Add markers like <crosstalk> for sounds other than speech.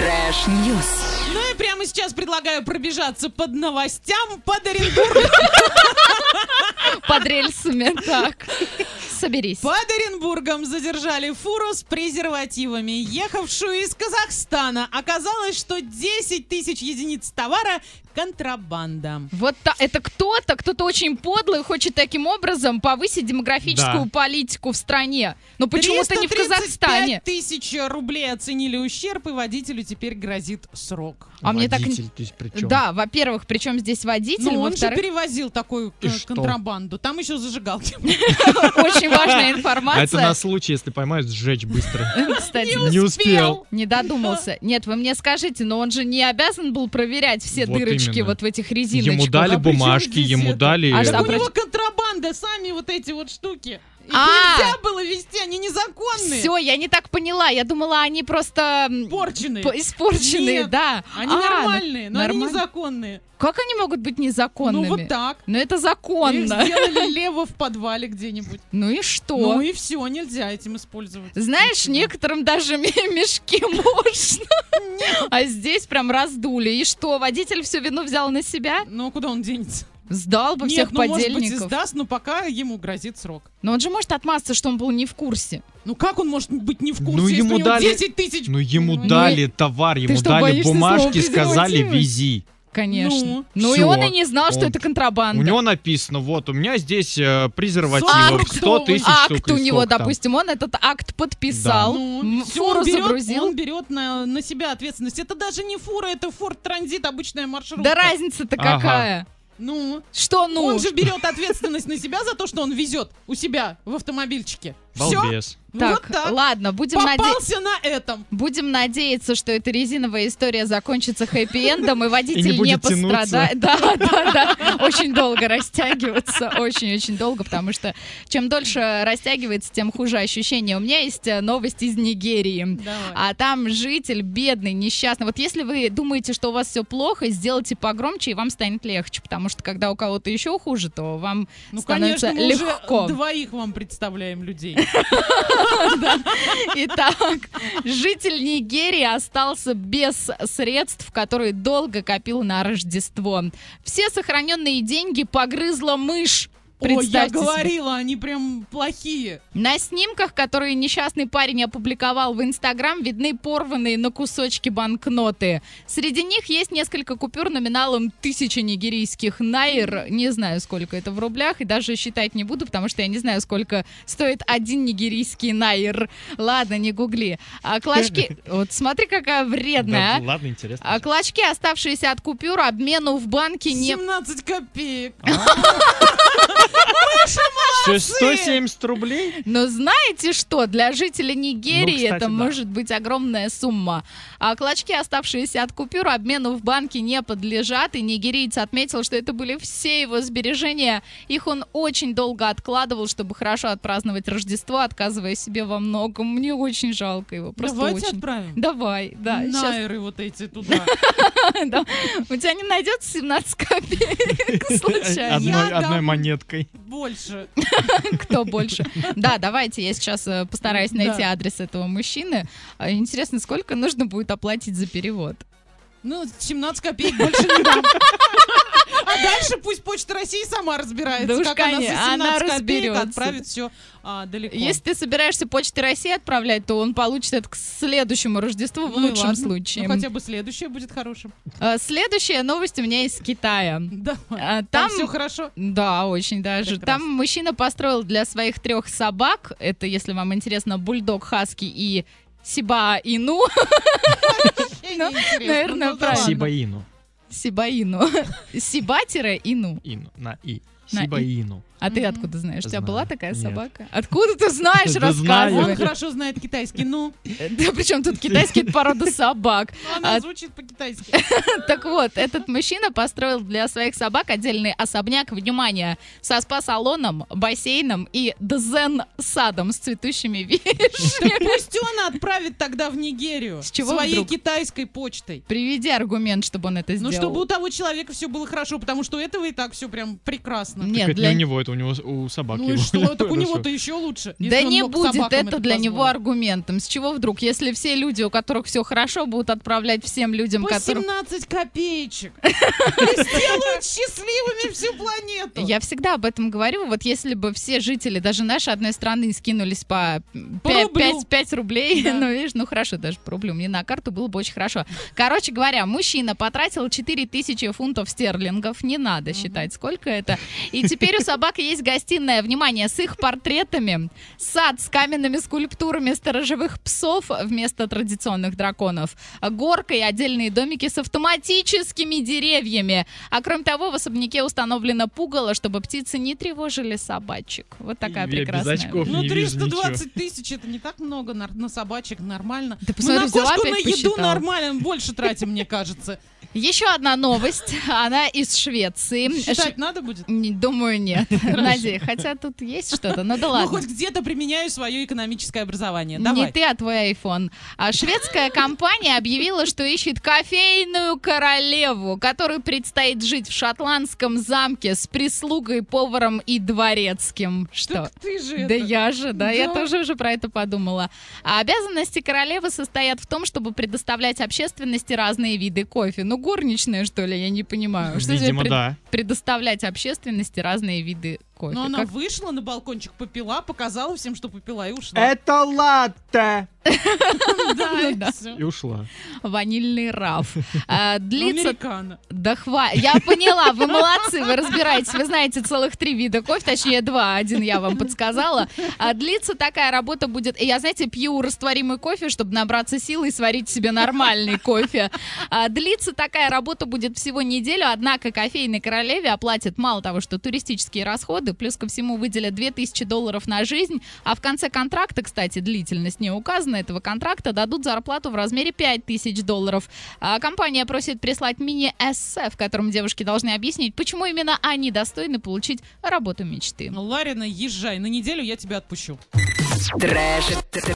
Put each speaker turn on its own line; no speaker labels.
Фреш Ньюс.
Ну и прямо сейчас предлагаю пробежаться под новостям, под Оренбургом,
Под рельсами, <laughs> так. Соберись.
под Оренбургом задержали фуру с презервативами, ехавшую из Казахстана. Оказалось, что 10 тысяч единиц товара – контрабанда.
Вот та- это кто-то, кто-то очень подлый, хочет таким образом повысить демографическую
Да.
политику в стране. Но почему-то не в
335
Казахстане.
тысяч рублей оценили ущерб, и водителю теперь грозит срок.
А мне так не-
Водитель, то есть причем.
Да, во-первых, причем здесь водитель,
Ну, он же
во-вторых,
перевозил такую
И
э,
что?
контрабанду. Там еще зажигалки.
очень
<laughs>
важная
А это на
информация.
случай, если поймают, сжечь быстро.
<laughs> Кстати,
Не успел.
не додумался. Нет, вы мне скажите, но он же не обязан был проверять все
Вот
дырочки
именно.
вот в этих резиночках.
Ему дали
А при чем
бумажки,
здесь
ему
это?
дали... э,
А что,
Так у
про-
него контрабанда, сами вот эти вот штуки. Их
А.
нельзя было вести, они незаконные.
Все, я не так поняла. Я думала, они просто м,
Порченые.
по- испорченные,
Нет,
да.
Они
А,
нормальные, но
нормально.
они незаконные.
Как они могут быть незаконными?
Ну вот так.
Но это
Их
законно.
сделали лево в подвале где-нибудь.
Ну и что?
Ну и все, нельзя этим использовать.
Знаешь, некоторым даже <laughs> ме- мешки можно. А здесь прям раздули. И что, водитель всю вину взял на себя?
Ну куда он денется?
Сдал бы
Нет,
всех
ну может быть и
подельников.
сдаст, но пока ему грозит срок.
Но он же может отмазаться, что он был не в курсе.
Ну как он может быть не в
Ну,
курсе, если
ему
у него
дали-
10 тысяч?
Ну ему
Ну,
дали товар, ему
что,
дали
боишься
бумажки,
слова
сказали
презервативы?
вези.
Конечно.
Ну.
Ну и
Всё.
он и не знал, что
Он-
это
У
контрабанда.
него написано, вот, у меня здесь э,
Сорок
презервативов 100
штук.
тысяч штук.
Акт
или
А у него,
сколько там.
допустим, он этот акт подписал,
Ну,
м,
всё, он
фуру
берет-
загрузил.
Он берет на, на себя ответственность. Это даже не фура, это форт транзит, обычная маршрутка.
Да разница-то
Ага.
какая?
Ну,
Что ну?
он же берет ответственность на себя за то, что он везет у себя в автомобильчике. Все,
Балбес.
вот
Так,
так.
ладно, будем наде-
Попался на этом.
Будем надеяться, что эта резиновая история закончится хэппи-эндом, и
И не
водитель не
будет
пострадает. Да, да, да. Очень долго растягиваться. Очень-очень долго, потому что чем дольше растягивается, тем хуже ощущение. У меня есть э, новость из Нигерии.
Давай.
А там житель бедный, несчастный. Вот если вы думаете, что у вас все плохо, сделайте погромче, и вам станет легче. Потому что когда у кого-то еще хуже, то вам
Ну,
становится
конечно, мы уже
легко.
двоих вам представляем людей.
Итак, житель Нигерии остался без средств, которые долго копил на Рождество. Все сохраненные деньги погрызла мышь.
Ой, я
Представьте себе.
говорила, они прям плохие.
На снимках, которые несчастный парень опубликовал в Инстаграм, видны порванные на кусочки банкноты. Среди них есть несколько купюр номиналом тысячи нигерийских найр. Не знаю, сколько это в рублях, и даже считать не буду, потому что я не знаю, сколько стоит один нигерийский найр. Ладно, не гугли. А клочки... Вот смотри, какая вредная, а.
Да, Ладно, интересно.
а. Клочки, оставшиеся от купюр, обмену в банке не...
17 копеек.
Всё, 170 рублей?
Но знаете что? Для жителя Нигерии
Ну, кстати,
это
да.
может быть огромная сумма. А клочки, оставшиеся от купюр, обмену в банке не подлежат. И нигериец отметил, что это были все его сбережения. Их он очень долго откладывал, чтобы хорошо отпраздновать Рождество, отказывая себе во многом. Мне очень жалко его. Просто
Давайте
очень.
отправим.
Давай, да. щас. <laughs>
Найры вот эти туда.
Да. У тебя не найдется 17
<laughs>
копеек случайно?
э, Одной,
Я
одной
дам.
монеткой.
Больше.
кто больше. Да, давайте, я сейчас э, постараюсь найти
Да.
адрес этого мужчины. А, Интересно, сколько нужно будет оплатить за перевод?
Ну, 17 копеек больше не дам. А дальше пусть Почта России сама разбирается,
Да уж,
как она
конечно, она
со 17 копеек
разберется.
отправит все далеко. Ну,
Если ты собираешься Почтой России отправлять, то он получит это к следующему Рождеству в
Ну и
лучшем
ладно.
случае.
Ну, хотя бы следующее будет хорошим.
А, Следующая новость у меня из Китая.
Да.
А,
Там
Там
все хорошо.
Да, очень даже.
Прекрасно.
Там мужчина построил для своих трех собак, это, если вам интересно, бульдог, хаски и сиба ину, <laughs>
Вообще неинтересно.
наверное,
Ну, да
правильно.
ладно.
Сибаину.
сибаину, <laughs> сиба-ину.
Ину. На И.
На И.
Сибаину.
А ты
Мгм.
откуда знаешь? У тебя
Знаю.
была такая
Нет.
собака? Откуда ты знаешь?
Да знаю.
Он
Рассказывай.
хорошо знает китайский, ну,
Да причем тут
<laughs>
китайские породы собак.
она
А-
звучит по-китайски.
Так вот, этот мужчина построил для своих собак отдельный особняк, внимание, со спа-салоном, бассейном и дзен-садом с цветущими
<laughs>
вишнями.
Пусть он отправит тогда в Нигерию.
С чего
Своей
вдруг?
китайской почтой.
Приведи аргумент, чтобы он это
Ну, чтобы у
сделал.
того человека все было хорошо, потому что у этого и так все прям прекрасно.
Нет,
так это
для-
не у него, это это у него с- у собак.
Ну и
<laughs>
его
что? Так у
нашел.
него-то еще лучше.
да
если он
не
мог
будет
собакам
это, для
позволить.
него аргументом. С чего вдруг, если все люди, у которых все хорошо, будут отправлять всем людям,
По
которые...
17
<laughs>
копеечек. И сделают счастливыми всю планету.
Я всегда об этом говорю. Вот если бы все жители даже нашей одной страны скинулись по
По рублю.
5, рублей,
Да.
<laughs> ну видишь, ну хорошо, даже по рублю, мне на карту было бы очень хорошо. Короче говоря, мужчина потратил 4000 фунтов стерлингов, не надо считать, сколько это. И теперь у собак есть гостиная, внимание, с их портретами, сад с каменными скульптурами сторожевых псов вместо традиционных драконов, горка и отдельные домики с автоматическими деревьями. А кроме того, в особняке установлено пугало, чтобы птицы не тревожили собачек. Вот такая
Я без
прекрасная.
очков.
Ну,
не вижу
320 тысяч это не так много на, на собачек, нормально.
Ты
Мы
посмотри,
на
взяла
кошку,
опять
на еду
посчитала.
нормально
<laughs>
больше тратим, мне кажется.
Еще одна новость, она из Швеции.
Считать надо будет?
Ш- не- Думаю, нет. Надеюсь. Хотя тут есть что-то, но да
Ну,
ладно.
хоть где-то применяю свое экономическое образование.
Не
Давай.
ты, а твой iPhone. А шведская компания объявила, что ищет кофейную королеву, которой предстоит жить в шотландском замке с прислугой, поваром и дворецким. Что?
Так ты же это.
Да я же, да, я
Да.
тоже уже про это подумала. А обязанности королевы состоят в том, чтобы предоставлять общественности разные виды кофе. Ну, горничная, что ли, я не понимаю. Что тебе
Видимо,
пред-
да.
предоставлять общественности разные виды кофе?
Но она
Как-
вышла на балкончик, попила, показала всем, что попила, и ушла.
Это латте!
Да,
ну
и
да.
всё.
И ушла.
Ванильный раф. А,
Ну,
Длится
Американо.
Да хватит. Я поняла, вы молодцы, вы разбираетесь. Вы знаете целых три вида кофе, точнее два, один я вам подсказала. А длится такая работа будет... и Я, знаете, пью растворимый кофе, чтобы набраться силы и сварить себе нормальный кофе. А длится такая работа будет всего неделю, однако кофейной королеве оплатят мало того, что туристические расходы, плюс ко всему выделят 2000 долларов на жизнь, а в конце контракта, кстати, длительность не указана этого контракта, дадут зарплату в размере 5000 долларов. А компания просит прислать мини-эссе, в котором девушки должны объяснить, почему именно они достойны получить работу мечты.
Ну, Ларина, езжай, на неделю я тебя отпущу.
Трэш, трэш,